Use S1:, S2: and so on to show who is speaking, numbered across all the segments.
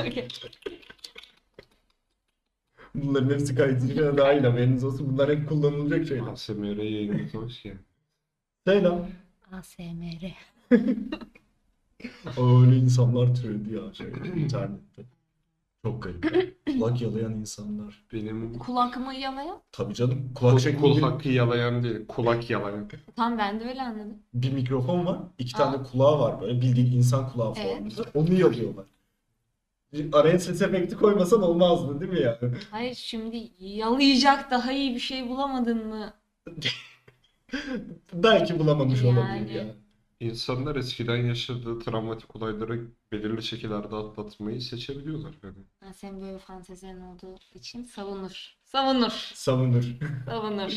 S1: Okey.
S2: Bunların hepsi kaydedilmeye dahil haberiniz olsun. Bunlar hep kullanılacak şeyler.
S3: ASMR yayınımıza hoş geldin.
S2: Selam.
S1: ASMR.
S2: Öyle insanlar türedi ya şeyde, internette. Çok garip. Kulak yalayan insanlar.
S3: Benim
S1: Kulakımı yalayan.
S2: Tabii canım. Kulak
S3: kul,
S2: şeklinde
S3: kul
S2: bir-
S3: hakkı yalayan değil, kulak yalayan.
S1: Tam e, ben de öyle anladım.
S2: bir mikrofon var. iki
S1: Aa.
S2: tane kulağı var böyle. Bildiğin insan kulağı
S1: Evet.
S2: formunda. Onu yalıyorlar. Araya ses efekti koymasan olmazdı değil mi ya?
S1: Hayır şimdi yalayacak daha iyi bir şey bulamadın mı?
S2: Belki bulamamış
S1: Yani.
S2: olabilir ya.
S3: İnsanlar eskiden yaşadığı travmatik olayları belirli şekillerde atlatmayı seçebiliyorlar. Yani.
S1: Ben senin böyle fantezilerin olduğu için savunur. Savunur.
S2: Savunur.
S1: Savunur.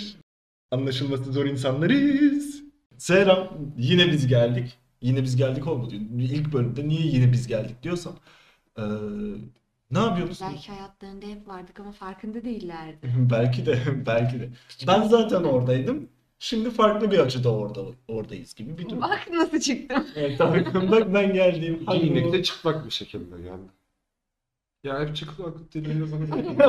S2: Anlaşılması zor insanlarız. Selam. Yine biz geldik. Yine biz geldik olmadı. İlk bölümde niye yine biz geldik diyorsam. eee, ne yapıyoruz?
S1: Belki hayatlarında hep vardık ama farkında değillerdi.
S2: belki de, belki de. Ben zaten oradaydım. Şimdi farklı bir açıda orada oradayız gibi bir durum.
S1: Bak nasıl çıktım.
S2: Evet, tabii. Bak ben geldiğim
S3: Giyinmek de çıplak bir şekilde yani. Ya hep çıplak dediğinde bana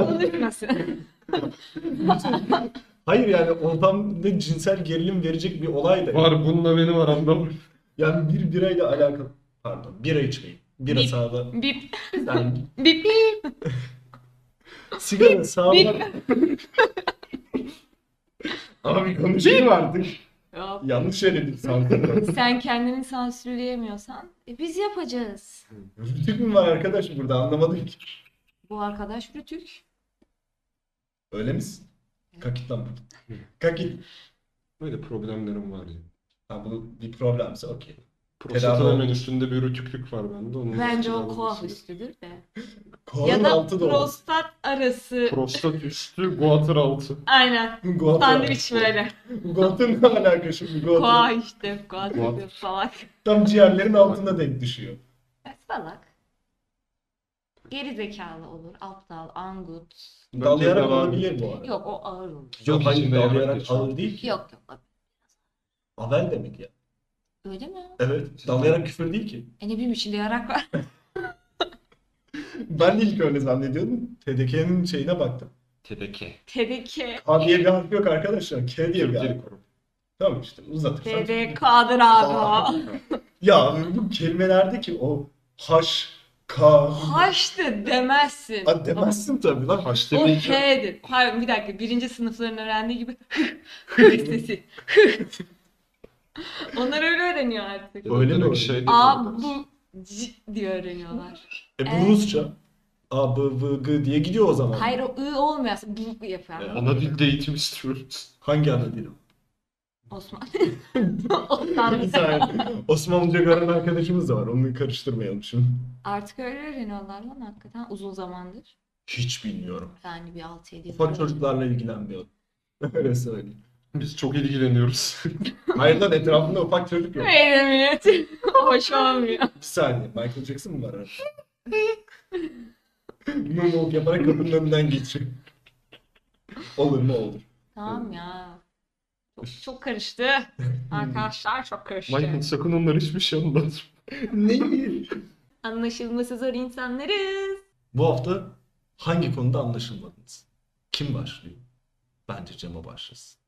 S1: Konuşmasın.
S2: Hayır yani ortamda cinsel gerilim verecek bir olay da. yok.
S3: var bununla benim aramda var.
S2: Yani bir birayla alakalı. Pardon, bira içmeyin. Bira
S1: Bip.
S2: sağda.
S1: Bip.
S2: Yani
S1: Bip.
S2: sigara sağda. Abi konuşayım artık.
S1: Hop.
S2: Yanlış söyledim sandım.
S1: Sen kendini sansürleyemiyorsan e, biz yapacağız.
S2: Rütük mü var arkadaş burada anlamadım ki.
S1: Bu arkadaş Rütük.
S2: Öyle misin? Kakit lan bu. Kakit.
S3: Böyle problemlerim var ya.
S2: Ha bu bir problemse okey.
S3: Prostatın
S2: Tedavi-
S3: hemen üstünde bir rütüklük var bende. Onun
S1: Bence o
S3: tedavi
S1: koah
S3: olması.
S1: üstüdür de.
S2: Koanın
S1: Ya da
S2: altı da olur.
S1: prostat arası.
S3: Prostat üstü, guatr altı.
S1: Aynen.
S2: Guatr.
S1: Sandviç böyle.
S2: Guatr'ın ne alakası şimdi? Guatr.
S1: Koah işte. Koah
S3: Koah.
S1: dedi, salak.
S2: Tam ciğerlerin altına denk düşüyor.
S1: Ya, Salak. Geri zekalı olur. Aptal, angut.
S3: Bence
S2: Dalayarak
S3: devam
S2: olabilir bu arada.
S1: Yok o ağır olur.
S2: Yok hayır
S3: İçinde yarak
S2: dalayarak
S3: geçiyor.
S2: ağır değil ki.
S1: Yok yok.
S2: Avel demek ya.
S1: Öyle mi?
S2: Evet. Dalayarak küfür değil ki.
S1: E ne bileyim içinde yarak var.
S2: Ben de ilk öyle zannediyordum. TDK'nin şeyine baktım.
S3: Tedeke.
S1: TDK.
S2: A diye bir harf yok arkadaşlar. K diye bir harf.
S3: Türkiye kurum.
S2: Tamam işte uzatırsan.
S1: TDK'dır abi
S2: şey
S1: o.
S2: Ya bu kelimelerdeki o haş, ka,
S1: Haştı demezsin.
S2: Ha, demezsin tabii lan. Haş.
S3: Haşte
S1: O
S3: bir iki.
S1: H'dir. Pardon bir dakika. Birinci sınıfların öğrendiği gibi hıh sesi. Hıh. Onlar öyle öğreniyor artık.
S2: Öyle mi?
S3: Direkt Şey
S1: A
S3: dedi.
S1: bu c diye öğreniyorlar.
S2: E bu
S1: Evet.
S2: Rusça. A, B, V, G diye gidiyor o zaman.
S1: Hayır o ı olmuyor aslında. Bu yapıyor.
S2: Ya.
S3: Ana dilde eğitim istiyoruz.
S2: Hangi ana dili?
S1: Osman. şey. Osman.
S2: Güzel. Osmanlıca gören arkadaşımız da var. Onu karıştırmayalım şimdi.
S1: Artık öyle öğreniyorlar lan hakikaten uzun zamandır.
S2: Hiç bilmiyorum.
S1: Yani bir 6-7 yıl.
S2: Ufak
S1: önce.
S2: çocuklarla ilgilenmiyorum. Öyle söyleyeyim.
S3: Biz çok ilgileniyoruz.
S2: Hayır lan etrafında ufak çocuk yok.
S1: Öyle millet. Hoş olmuyor.
S2: Bir saniye. Michael Jackson mı var arada? Moonwalk yaparak kapının önünden geçiyor. Olur mu olur.
S1: Tamam ya. Çok, çok karıştı. Arkadaşlar çok karıştı.
S3: Michael sakın onlara hiçbir şey anlatma.
S2: Neyi?
S1: Anlaşılması zor insanlarız.
S2: Bu hafta hangi konuda anlaşılmadınız? Kim başlıyor? Bence Cem'e başlasın.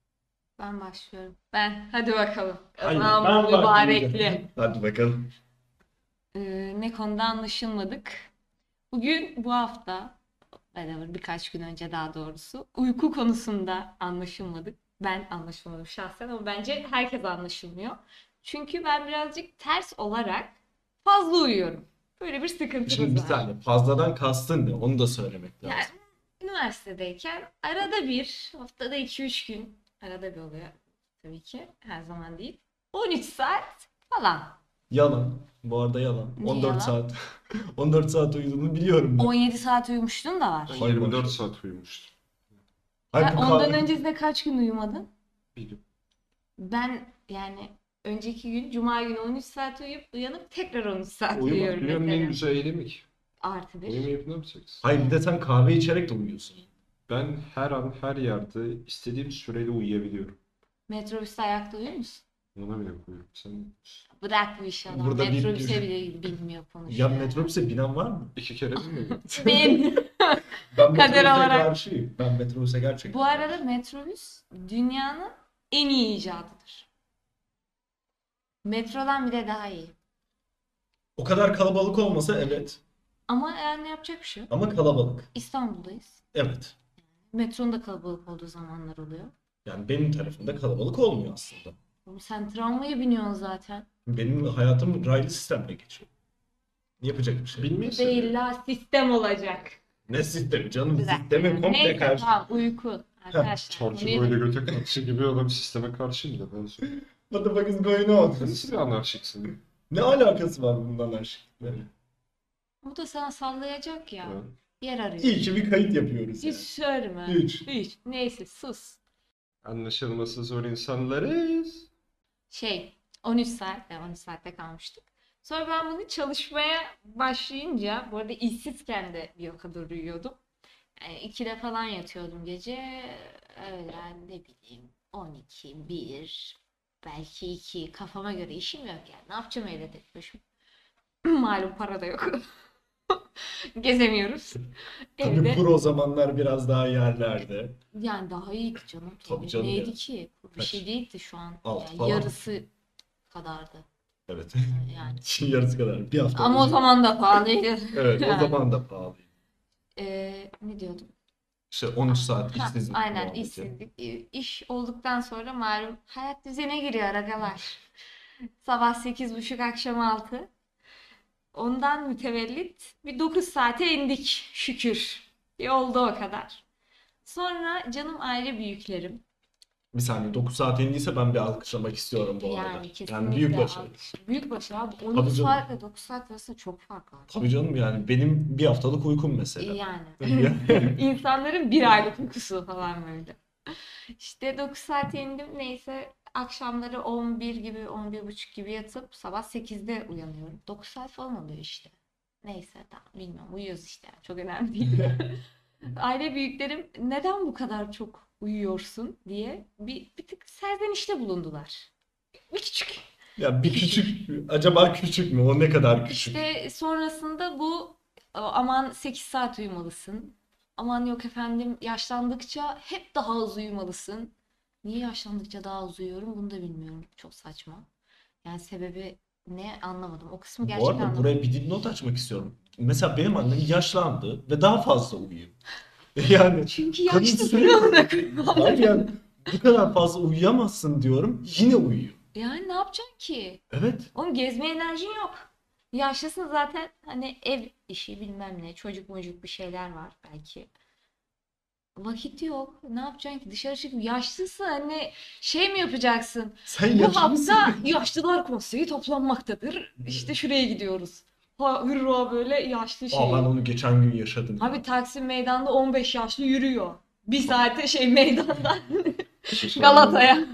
S1: Ben başlıyorum. Ben. Hadi bakalım.
S2: Hayır,
S1: Allah'ım
S2: ben
S1: mübarekli.
S2: Hadi bakalım.
S1: Ee, ne konuda anlaşılmadık. Bugün bu hafta whatever, birkaç gün önce daha doğrusu uyku konusunda anlaşılmadık. Ben anlaşılmadım şahsen ama bence herkes anlaşılmıyor. Çünkü ben birazcık ters olarak fazla uyuyorum. Böyle bir sıkıntımız
S2: Şimdi bir
S1: var.
S2: saniye. Fazladan kastın ne? Onu da söylemek lazım.
S1: Yani üniversitedeyken arada bir, haftada 2-3 gün arada bir oluyor tabii ki her zaman değil. 13 saat falan.
S2: Yalan. Bu arada yalan.
S1: Ne
S2: 14
S1: yalan?
S2: saat. 14 saat uyuduğunu biliyorum ben.
S1: 17 saat uyumuştum da var.
S2: Hayır,
S3: 24
S2: boş.
S3: saat uyumuştum.
S2: Hayır,
S1: Ben
S2: bu
S1: ondan
S2: kah-
S1: öncesinde kaç gün uyumadın?
S3: Bir gün.
S1: Ben yani önceki gün cuma günü 13 saat uyuyup uyanıp tekrar 13 saat
S3: Uyumak
S1: uyuyorum
S3: dünyanın
S1: mesela.
S3: en güzel eylemi ki.
S1: Artı bir.
S3: Uyumayıp ne yapacaksın?
S2: Hayır bir de sen kahve içerek de uyuyorsun.
S3: Ben her an her yerde istediğim süreyle uyuyabiliyorum.
S1: Metrobüste ayakta uyuyor musun?
S3: Ona bile koyuyorum. Sen
S1: Bırak bu işi adam.
S2: Burada bir-
S1: Metrobüse bile bilmiyor
S2: Ya
S1: konuşuyor.
S2: metrobüse binen var mı?
S3: İki kere mi?
S1: Benim.
S2: Ben metrobüse
S1: olarak.
S2: karşıyım. Ben metrobüse gerçekten.
S1: Bu arada metrobüs dünyanın en iyi icadıdır. Metrodan bile daha iyi.
S2: O kadar kalabalık olmasa evet.
S1: Ama yani yapacak bir şey yok.
S2: Ama kalabalık.
S1: İstanbul'dayız.
S2: Evet.
S1: Metronun da kalabalık olduğu zamanlar oluyor.
S2: Yani benim tarafımda kalabalık olmuyor aslında.
S1: Oğlum sen tramvaya biniyorsun zaten.
S2: Benim hayatım raylı sistemle geçiyor. Yapacak bir şey.
S3: Bilmeyi
S1: Bu da
S3: seviyorum.
S1: illa sistem olacak.
S2: Ne sistemi canım?
S1: Bırak.
S2: Sisteme komple
S1: Neyse,
S2: karşı.
S1: Tamam, uyku. Arkadaşlar.
S3: Çarçı
S1: bunu-
S3: böyle göte karşı gibi adam sisteme karşıyım da ben söyleyeyim.
S2: What the fuck is going on?
S3: Nasıl bir anarşiksin?
S2: Ne alakası var bundan her şeyle?
S1: Bu da sana sallayacak ya.
S3: Ya.
S1: Yer arıyor.
S2: İyi ki bir kayıt yapıyoruz.
S1: Hiç
S2: Yani.
S1: sörme.
S2: Hiç.
S1: Hiç. Neyse sus.
S3: Anlaşılması zor insanlarız.
S1: Şey 13 saat, yani 13 saatte kalmıştık. Sonra ben bunu çalışmaya başlayınca, bu arada işsizken de bir o kadar uyuyordum. Yani 2'de falan yatıyordum gece. Öğlen ne bileyim 12, 1, belki 2. Kafama göre işim yok yani. Ne yapacağım öyle tek başıma? Malum para da yok. Gezemiyoruz.
S2: Tabii
S1: Evde.
S2: kur o zamanlar biraz daha yerlerde.
S1: Yani daha iyiydi canım.
S2: Tabii
S1: Tabii
S2: canım
S1: Neydi
S2: ya.
S1: ki? Bu bir
S2: Kaç?
S1: şey değildi şu an.
S2: Alt
S1: Yani
S2: falan.
S1: yarısı kadardı.
S2: Evet.
S1: Yani.
S2: Çin yarısı kadar. Bir hafta.
S1: Ama o
S2: önce.
S1: zaman da pahalıydı.
S2: Evet o
S1: Yani.
S2: zaman da pahalı.
S1: Ee, ne diyordum?
S2: İşte 13 saat
S1: Ha,
S2: işsizlik.
S1: Aynen
S2: muhabbeti.
S1: işsizlik. Ee, İş olduktan sonra malum hayat düzene giriyor agalar. Sabah 8.30 akşam 6. Ondan mütevellit bir 9 saate indik şükür. Bir oldu o kadar. Sonra canım aile büyüklerim.
S2: Bir saniye 9 saat indiyse ben bir alkışlamak istiyorum bu arada.
S1: Yani kesinlikle
S2: büyük başarı.
S1: alkış- Büyük başarı abi.
S2: canım.
S1: 13 saatle 9 saat arasında çok fark var.
S2: Tabii canım yani benim bir haftalık uykum mesela.
S1: Yani. İnsanların bir aylık uykusu falan böyle. İşte 9 saat indim neyse akşamları 11 gibi 11.30 gibi yatıp sabah 8'de uyanıyorum. 9 saat falan oluyor işte. Neyse tamam bilmiyorum uyuyoruz işte çok önemli değil. Aile büyüklerim neden bu kadar çok uyuyorsun diye bir, bir tık serzenişte bulundular. Bir küçük
S2: ya bir küçük acaba küçük mü? O ne kadar küçük?
S1: işte sonrasında bu e, aman 8 saat uyumalısın. Aman yok efendim yaşlandıkça hep daha az uyumalısın. Niye yaşlandıkça daha az uyuyorum bunu da bilmiyorum. Çok saçma. Yani sebebi ne anlamadım. O kısmı
S2: bu
S1: gerçekten
S2: arada
S1: anlamadım.
S2: buraya bir dipnot açmak istiyorum. Mesela benim annem yaşlandı ve daha fazla uyuyor. Yani
S1: Çünkü
S2: kadın
S1: yaşlı
S2: sürekli-
S1: duruyor.
S2: Hayır yani bu kadar fazla uyuyamazsın diyorum yine uyuyor.
S1: Yani ne yapacaksın ki?
S2: Evet.
S1: Oğlum gezmeye enerjin yok. Yaşlısın zaten hani ev işi bilmem ne çocuk mucuk bir şeyler var belki. Vakit yok. Ne yapacaksın ki? Dışarı çıkıp yaşlısın hani şey mi yapacaksın?
S2: Sen
S1: Bu
S2: yaşlı mısın?
S1: hafta yaşlılar konseyi toplanmaktadır. İşte şuraya gidiyoruz. Ha, hurra böyle yaşlı şey.
S2: Aa ben onu geçen gün yaşadım.
S1: Abi Taksim Meydan'da 15 yaşlı yürüyor. Bir saate şey meydandan Galata'ya.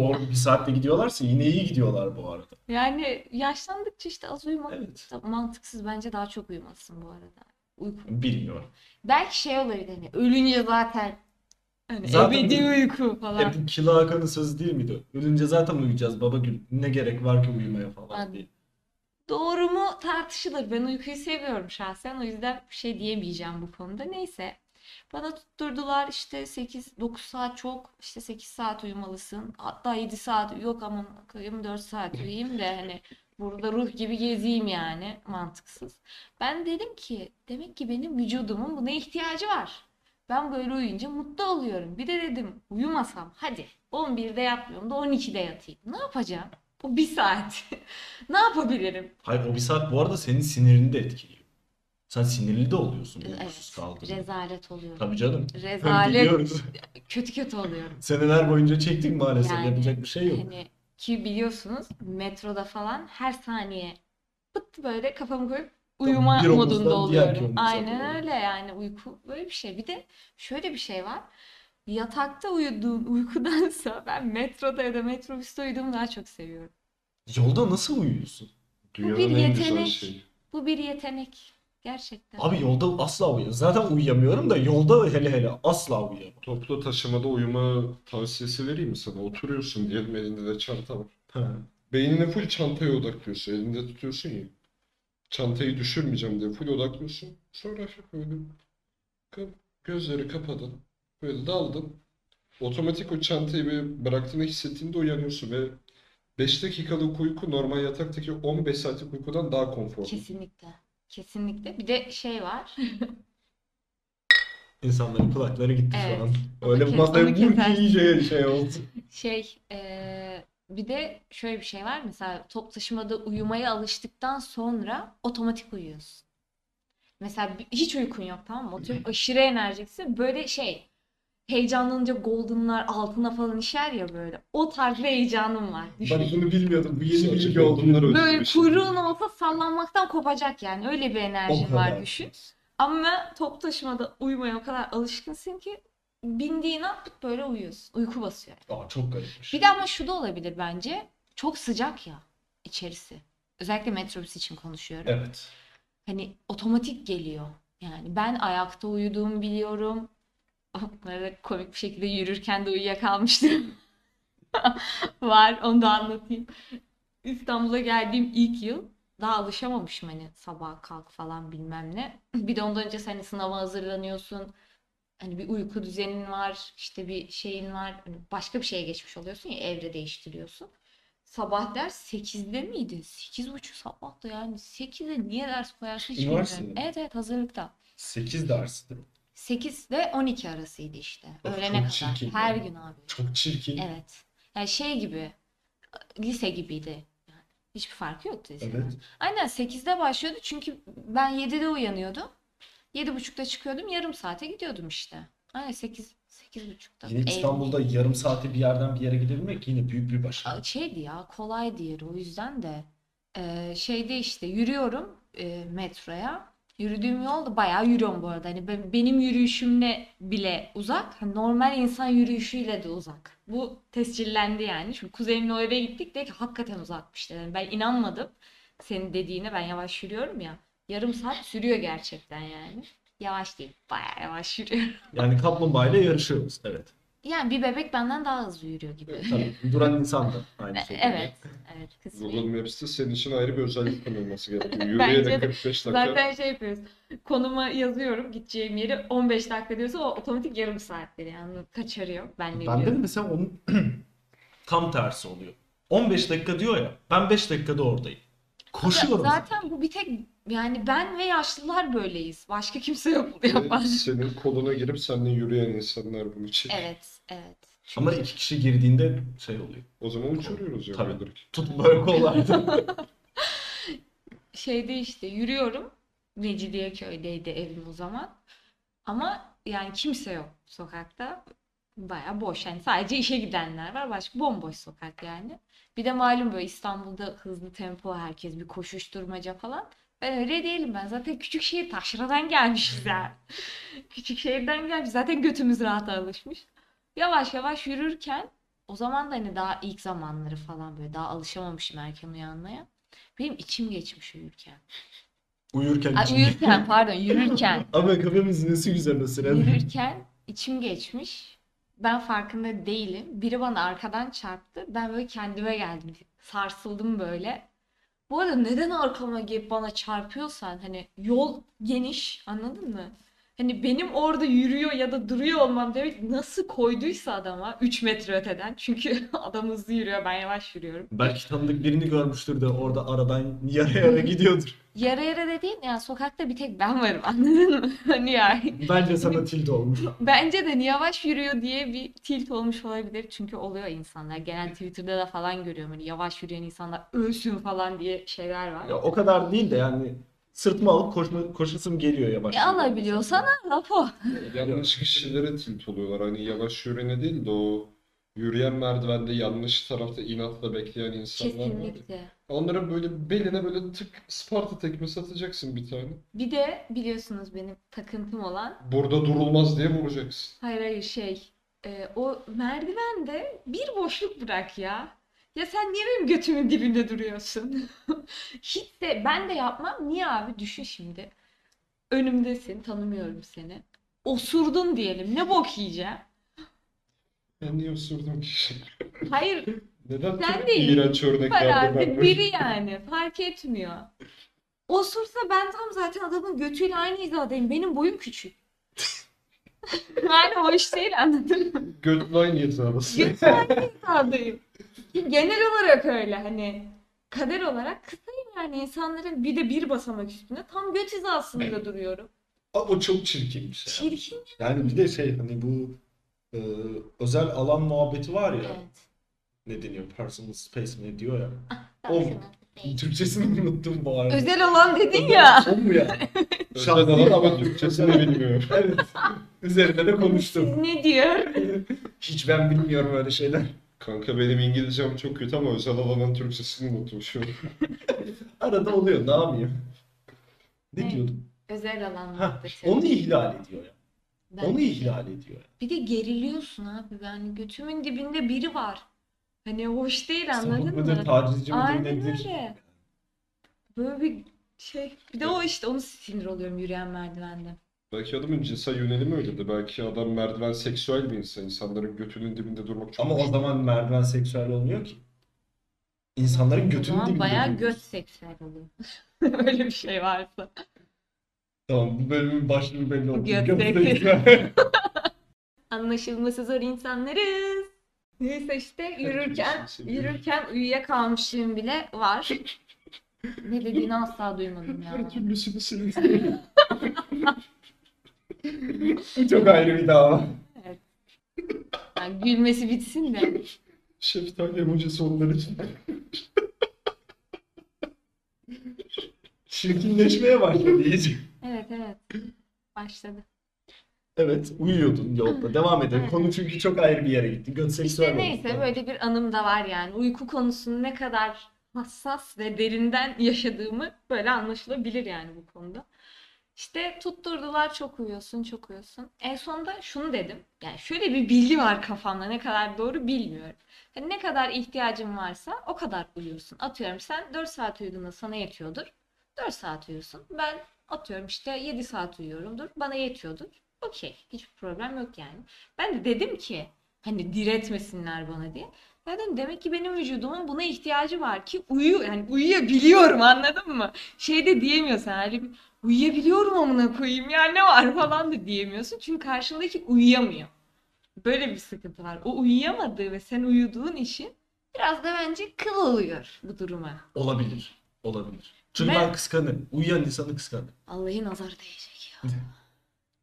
S2: Orada bir saatte gidiyorlarsa yine iyi gidiyorlar bu arada.
S1: Yani yaşlandıkça işte az uyumak
S2: Evet.
S1: mantıksız bence daha çok uyumalısın bu arada. Uyku
S2: Bilmiyorum.
S1: Belki şey olabilir hani ölünce zaten hani
S2: Zaten
S1: ebedi uyku falan.
S2: E bu Kila Hakan'ın sözü değil miydi? Ölünce zaten uyuyacağız baba gül. Ne gerek var ki uyumaya falan
S1: Ben-
S2: diye.
S1: Doğru mu tartışılır. Ben uykuyu seviyorum şahsen. O yüzden bir şey diyemeyeceğim bu konuda. Neyse. Bana tutturdular işte 8-9 saat çok. işte 8 saat uyumalısın. Hatta 7 saat yok ama koyayım 4 saat uyuyayım da hani burada ruh gibi gezeyim yani. Mantıksız. Ben dedim ki demek ki benim vücudumun buna ihtiyacı var. Ben böyle uyuyunca mutlu oluyorum. Bir de dedim uyumasam hadi 11'de yatmıyorum da 12'de yatayım. Ne yapacağım? Bu bir saat. Ne yapabilirim?
S2: Hayır o bir saat bu arada senin sinirini de etkiliyor. Sen sinirli de oluyorsun uykusuz
S1: Ee, Evet.
S2: kaldığında.
S1: Rezalet oluyorum.
S2: Tabii canım.
S1: Rezalet.
S2: Biliyoruz.
S1: Kötü kötü oluyorum.
S2: Seneler boyunca çektik maalesef.
S1: Yani,
S2: Yapacak bir şey yok.
S1: Hani ki biliyorsunuz metroda falan her saniye pıt böyle kafamı koyup uyuma
S2: bir omuzdan
S1: modunda
S2: diğer
S1: oluyorum.
S2: omuza
S1: Aynen
S2: doğru.
S1: öyle yani uyku böyle bir şey. Bir de şöyle bir şey var. Yatakta uyuduğun uykudansa ben metroda ya da metrobüste uyuduğumu daha çok seviyorum.
S2: Yolda nasıl uyuyorsun?
S3: Dünyanın
S1: bir
S3: en güzel
S1: yetenek.
S3: şeyi.
S1: Bu bir yetenek. Gerçekten.
S2: Abi yolda asla uyuyamıyorum. Zaten uyuyamıyorum da yolda hele hele asla uyuyamam.
S3: Toplu taşımada uyuma tavsiyesi vereyim mi sana? Oturuyorsun diyelim elinde de çanta var.
S2: Ha.
S3: Beynine full çantaya odaklıyorsun. Elinde tutuyorsun ya. Çantayı düşürmeyeceğim diye full odaklıyorsun. Sonra hafif böyle kap- gözleri kapadın. Böyle daldın. Otomatik o çantayı böyle bıraktığını hissettiğinde uyanıyorsun ve 5 dakikalık uyku normal yataktaki 15 saatlik uykudan daha konforlu.
S1: Kesinlikle. Kesinlikle. Bir de şey var.
S2: İnsanların kulakları gitti
S1: Evet.
S2: şu an. Öyle
S1: kes-
S2: bu masaya
S1: onu
S2: vur
S1: keser.
S2: ki iyice şey oldu.
S1: Şey, eee, bir de şöyle bir şey var. Mesela top taşımada uyumaya alıştıktan sonra otomatik uyuyorsun. Mesela bi- hiç uykun yok tamam mı? Oturup aşırı enerjiksin. Böyle şey, heyecanlanınca goldenlar altına falan işer ya böyle. O tarz bir heyecanım var. Düşün.
S2: Ben bunu bilmiyordum. Bu yeni bir
S3: Sadece
S2: bilgi oldu.
S3: bunlar öyle
S1: Böyle
S3: bir şey.
S1: kuyruğun olsa sallanmaktan kopacak yani. Öyle bir enerjin
S2: kadar.
S1: var düşün. Ama top taşımada uyumaya o kadar alışkınsın ki bindiğin an pıt böyle uyuyorsun. Uyku basıyor.
S2: Aa, çok garipmiş.
S1: Bir de ama şu da olabilir bence. Çok sıcak ya içerisi. Özellikle metrobüs için konuşuyorum.
S2: Evet.
S1: Hani otomatik geliyor. Yani ben ayakta uyuduğumu biliyorum. Onlara komik bir şekilde yürürken de uyuyakalmıştım. Var, onu da anlatayım. İstanbul'a geldiğim ilk yıl daha alışamamışım hani sabah kalk falan bilmem ne. Bir de ondan önce hani sınava hazırlanıyorsun. Hani bir uyku düzenin var, işte bir şeyin var. Hani başka bir şeye geçmiş oluyorsun ya, evre değiştiriyorsun. Sabah ders 8'de miydi? 8.30 sabahta yani 8'e niye ders koyarsın hiç bilmiyorum.
S2: Üniversitede mi?
S1: Evet evet hazırlıkta.
S2: 8 dersidir.
S1: 8 ile 12 arasıydı işte.
S2: Of,
S1: Öğlene
S2: çok
S1: kadar.
S2: çirkin
S1: Her
S2: ya.
S1: gün abi.
S2: Çok çirkin.
S1: Evet. Yani şey gibi. Lise gibiydi. Yani hiçbir farkı yoktu liseden.
S2: Evet.
S1: Aynen 8'de başlıyordu çünkü ben 7'de uyanıyordum. 7.30'da çıkıyordum. Yarım saate gidiyordum işte. Aynen 8 8.30'da.
S2: Yine İstanbul'da yarım saate bir yerden bir yere gidebilmek yine büyük bir başarı.
S1: Ev- şeydi ya kolay yeri o yüzden de Ee, şeyde işte yürüyorum e, metroya. Yürüdüğüm yol da bayağı yürüyorum bu arada. Hani ben- benim yürüyüşümle bile uzak. hani normal insan yürüyüşüyle de uzak. Bu tescillendi yani. Şimdi kuzenimle o eve gittik dedi ki hakikaten uzakmış dedi. Yani ben inanmadım senin dediğine. Ben yavaş yürüyorum ya. Yarım saat sürüyor gerçekten yani. Yavaş değil. Bayağı yavaş yürüyorum.
S2: Yani kaplumbağayla yarışıyoruz. Evet.
S1: Yani bir bebek benden daha hızlı yürüyor gibi.
S2: Tabii. Duran insan da aynı şekilde.
S1: E, Evet. Evet. kısmen.
S3: Google Maps'te senin için ayrı bir özellik tanımlaması gerekiyor.
S1: de.
S3: Yürüyerek 45 dakika.
S1: Zaten şey yapıyoruz. Konuma yazıyorum gideceğim yeri 15 dakika diyorsa o otomatik yarım saat veriyor. Yani kaçarıyor. Ben de
S2: Bende de
S1: biliyorum.
S2: mesela onun tam tersi oluyor. 15 dakika diyor ya. Ben 5 dakikada oradayım. Koşuyorum.
S1: Zaten bu bir tek yani ben ve yaşlılar böyleyiz. Başka kimse yok
S3: Ve
S1: yapan.
S3: senin koluna girip seninle yürüyen insanlar bunu çekiyor.
S1: Evet, evet.
S2: Ama iki kişi girdiğinde şey oluyor.
S3: O zaman uçuruyoruz ya.
S2: Tabii.
S3: direkt.
S2: Tut böyle kollardan.
S1: Şeyde işte yürüyorum. Mecidiyeköy'deydi evim o zaman. Ama yani kimse yok sokakta. Baya boş. Yani sadece işe gidenler var. Başka bomboş sokak yani. Bir de malum böyle İstanbul'da hızlı tempo herkes bir koşuşturmaca falan. Ben öyle değilim ben. Zaten küçük şehir taşradan gelmişiz yani. küçük şehirden gelmiş. Zaten götümüz rahat alışmış. Yavaş yavaş yürürken o zaman da hani daha ilk zamanları falan böyle daha alışamamışım erken uyanmaya. Benim içim geçmiş uyurken.
S2: Uyurken
S1: Ay,
S2: için.
S1: uyurken pardon yürürken.
S2: Ama kafamızın nesi güzel mesela.
S1: Yürürken içim geçmiş. Ben farkında değilim. Biri bana arkadan çarptı. Ben böyle kendime geldim. Sarsıldım böyle. Bu arada neden arkama gelip bana çarpıyorsan hani yol geniş anladın mı? Hani benim orada yürüyor ya da duruyor olmam demek nasıl koyduysa adama 3 metre öteden. Çünkü adam hızlı yürüyor ben yavaş yürüyorum.
S2: Belki tanıdık birini görmüştür de orada aradan yara yara gidiyordur.
S1: Yara yara dediğim yani sokakta bir tek ben varım anladın mı? Hani yani.
S2: Bence sana tilde olmuş.
S1: Bence de yavaş yürüyor diye bir tilt olmuş olabilir. Çünkü oluyor insanlar. Genel Twitter'da da falan görüyorum. Hani yavaş yürüyen insanlar ölsün falan diye şeyler var.
S2: Ya o kadar değil de yani sırtma alıp koşma, koşasım geliyor yavaş.
S1: E alabiliyorsan al laf o.
S3: Yanlış kişilere tilt oluyorlar. Hani yavaş yürüyene değil de o yürüyen merdivende yanlış tarafta inatla bekleyen insanlar var. ya.
S1: Kesinlikle.
S3: Onlara böyle beline böyle tık Sparta tekmesi atacaksın bir tane.
S1: Bir de biliyorsunuz benim takıntım olan
S3: Burada durulmaz diye vuracaksın.
S1: Hayır hayır şey. e, o merdivende bir boşluk bırak ya. Ya sen niye benim götümün dibinde duruyorsun? Hiç de ben de yapmam. Niye abi? Düşün şimdi. Önümdesin, tanımıyorum seni. Osurdun diyelim. Ne bok yiyeceğim?
S3: Ben niye osurdum ki?
S1: Hayır,
S3: Neden
S1: Sen
S3: çok
S1: değil.
S3: iğrenç örnek verdim ben
S1: Herhalde
S3: böyle?
S1: biri yani fark etmiyor. Osursa ben tam zaten adamın götüyle aynı hizadayım. Benim boyum küçük. yani hoş değil anladın mı?
S3: Götline
S2: Şey-
S3: hizası.
S1: Götü aynı hizadayım. Genel olarak öyle hani kader olarak kısayım yani insanların bir de bir basamak üstünde tam göt hizasında duruyorum.
S2: Ama o çok çirkin bir şey.
S1: Çirkin
S2: Yani bir de şey hani bu e, özel alan muhabbeti var ya.
S1: evet.
S2: Ne deniyor? Personal space mi ne diyor ya?
S1: Tabii
S2: Of.
S1: canım.
S2: Türkçesini unuttum bu arada.
S1: Özel olan dedin ya.
S2: O mu ya?
S3: Özel
S2: Şahsi
S3: alan ama
S2: alan.
S3: Türkçesini bilmiyor.
S2: evet. Üzerine de konuştum.
S1: Ne diyor?
S2: Hiç ben bilmiyorum öyle şeyler.
S3: Kanka benim İngilizcem çok kötü ama özel alanın Türkçesini unutmuşum.
S2: Arada oluyor. Ne yapayım? Ne
S1: Evet.
S2: diyordum?
S1: Özel alan
S2: Ha,
S1: muhabbeti.
S2: onu ihlal ediyor ya.
S1: Ben-
S2: Onu ihlal ediyor.
S1: Bir de geriliyorsun abi. Yani götümün dibinde biri var. Hani hoş değil
S2: Sapık
S1: anladın
S2: mıdır,
S1: mı?
S2: tacizci midir
S1: Aynen
S2: nedir?
S1: öyle. Böyle bir şey. Bir de o işte onu sinir oluyorum yürüyen merdivende.
S3: Belki adamın cinsel yönelimi öyledir. Belki adam merdiven seksüel bir insan. İnsanların götünün dibinde durmak çok
S2: Ama o zaman merdiven seksüel olmuyor ki. İnsanların
S1: O
S2: götünü
S1: zaman
S2: dibinde
S1: bayağı
S2: duruyor.
S1: göt seksüel oluyor. Öyle bir şey varsa.
S2: Tamam bu bölümün başlığı belli oldu.
S1: Göt
S2: Göt
S1: seksi.
S2: seksüel.
S1: Anlaşılması zor insanlarız. Neyse işte yürürken
S3: kimsin diyor.
S1: yürürken uyuyakalmışım bile var. Ne dediğini asla duymadım ya.
S3: Her türlüsünü silin.
S2: Bu çok ayrı bir dava.
S1: Yani gülmesi bitsin de.
S3: Şeftali emojisi onlar için.
S2: Çirkinleşmeye başladı iyice.
S1: Evet evet. Başladı.
S2: Evet uyuyordun yolda. Devam edelim.
S1: Evet.
S2: Konu çünkü çok ayrı bir yere gitti. Göt seksüel
S1: İşte
S2: oldu.
S1: neyse böyle bir anım da var yani. Uyku konusunu ne kadar hassas ve derinden yaşadığımı böyle anlaşılabilir yani bu konuda. İşte tutturdular çok uyuyorsun çok uyuyorsun. En sonunda şunu dedim. Yani şöyle bir bilgi var kafamda ne kadar doğru bilmiyorum. Yani ne kadar ihtiyacın varsa o kadar uyuyorsun. Atıyorum sen 4 saat uyuduğunda sana yetiyordur. 4 saat uyuyorsun. Ben atıyorum işte 7 saat uyuyorumdur. Bana yetiyordur. Okey. Hiçbir problem yok yani. Ben de dedim ki hani diretmesinler bana diye. Ya dedim demek ki benim vücudumun buna ihtiyacı var ki uyu yani uyuyabiliyorum anladın mı? Şey de diyemiyorsun hani uyuyabiliyorum amına koyayım ya ne var falan da diyemiyorsun. Çünkü karşındaki uyuyamıyor. Böyle bir sıkıntı var. O uyuyamadığı ve sen uyuduğun için biraz da bence kıl oluyor bu duruma.
S2: Olabilir. Olabilir. Çünkü
S1: Ben-
S2: ben kıskanırım. Uyuyan insanı kıskanırım.
S1: Allah'ın nazar değecek ya.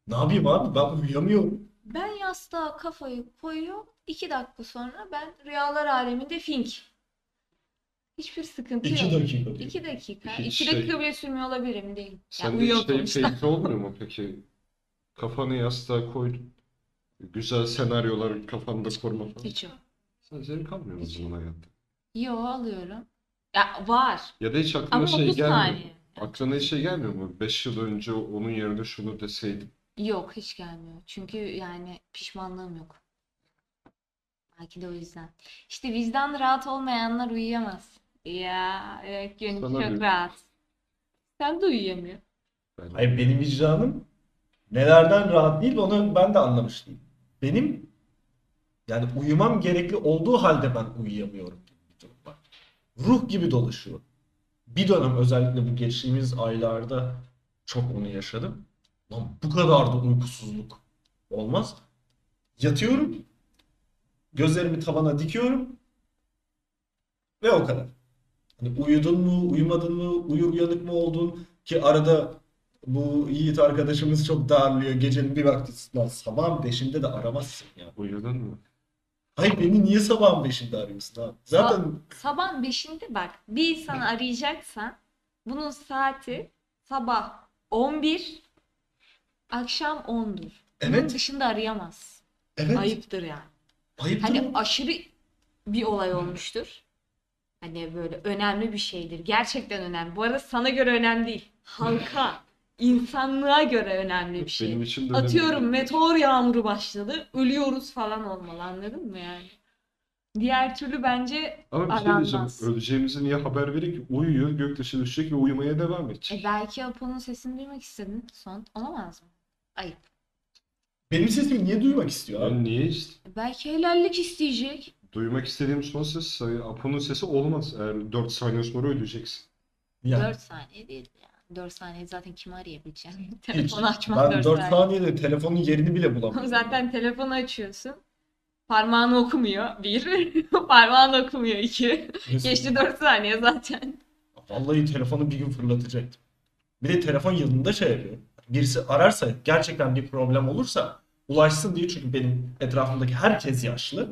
S2: Ne yapayım abi ben uyuyamıyorum.
S1: Ben yastığa kafayı koyuyor. iki dakika sonra ben rüyalar aleminde fink. Hiçbir sıkıntı yok.
S2: İki dakika diyor.
S1: İki dakika.
S3: Hiç
S1: iki
S3: şey-
S1: dakika bile sürmüyor olabilirim değil. ya
S3: Sen de
S1: uyuyordum
S3: şey
S1: işte.
S3: keyifli olmuyor mu peki? Kafanı yastığa koydun. Güzel senaryolar kafanda kurma falan.
S1: Hiç yok.
S3: Sen zevk almıyor
S1: Hiç.
S3: musun hayatta?
S1: Yo alıyorum. Ya var.
S3: Ya da hiç aklına
S1: Ama
S3: şey
S1: 30
S3: gelmiyor.
S1: saniye.
S3: Aklına hiç şey gelmiyor mu? 5 yıl önce onun yerine şunu deseydim.
S1: Yok hiç gelmiyor. Çünkü yani pişmanlığım yok. Belki de o yüzden. İşte vicdan rahat olmayanlar uyuyamaz. Ya evet gönül
S3: Sana
S1: çok
S3: bir-
S1: rahat. Sen de uyuyamıyor.
S3: Ben
S2: Hayır benim vicdanım nelerden rahat değil onu ben de anlamış değilim. Benim yani uyumam gerekli olduğu halde ben uyuyamıyorum gibi bir durum var. Ruh gibi dolaşıyor. Bir dönem özellikle bu geçtiğimiz aylarda çok onu yaşadım. Lan bu kadar da uykusuzluk olmaz. Yatıyorum. Gözlerimi tavana dikiyorum. Ve o kadar. Hani uyudun mu, uyumadın mı, uyur uyanık mı oldun ki arada bu Yiğit arkadaşımız çok darlıyor. Gecenin bir vakti lan sabahın beşinde de aramazsın ya.
S3: Uyudun mu?
S2: Hayır beni niye sabahın beşinde arıyorsun abi? Zaten
S1: Sabah 5'inde bak bir insan arayacaksan bunun saati sabah 11 akşam 10'dur. Bunun
S2: evet,
S1: dışında arayamaz.
S2: evet. Ayıp.
S1: Ayıptır yani.
S2: Ayıptır
S1: Hani
S2: mı?
S1: aşırı bir olay olmuştur. Hani böyle önemli bir şeydir. Gerçekten önemli. Bu arada sana göre önemli değil. Halka, insanlığa göre önemli bir şey.
S3: Benim için de önemli.
S1: Atıyorum meteor yağmuru başladı. Ölüyoruz falan olmalı anladın mı yani? Diğer türlü bence
S3: Ama bir şey diyeceğim.
S1: aranmaz.
S3: Öleceğimizi niye haber verir ki? Uyuyor, göktaşı düşecek ve uyumaya devam edecek.
S1: E belki Apo'nun sesini duymak istedin son. Olamaz mı? Ayıp.
S2: Benim sesimi niye duymak istiyor abi?
S3: Ben niye ist-
S1: E Belki helallik isteyecek.
S3: Duymak istediğim son ses, e, Apo'nun sesi olmaz. Eğer 4 saniye sonra öleceksin.
S2: Yani
S1: 4 saniye değil ya. 4 saniye zaten kimi arayabileceksin? Telefonu açmak
S2: ben
S1: 4
S2: 4
S1: saniye.
S2: saniyede telefonun yerini bile bulamıyorum.
S1: Zaten telefonu açıyorsun. Parmağını okumuyor. Bir. Parmağını okumuyor. iki.
S2: Neyse.
S1: Geçti 4 saniye zaten.
S2: Vallahi telefonu bir gün fırlatacaktım. Bir de telefon yılında şey yapıyor. Birisi ararsa gerçekten bir problem olursa ulaşsın diye çünkü benim etrafımdaki herkes yaşlı.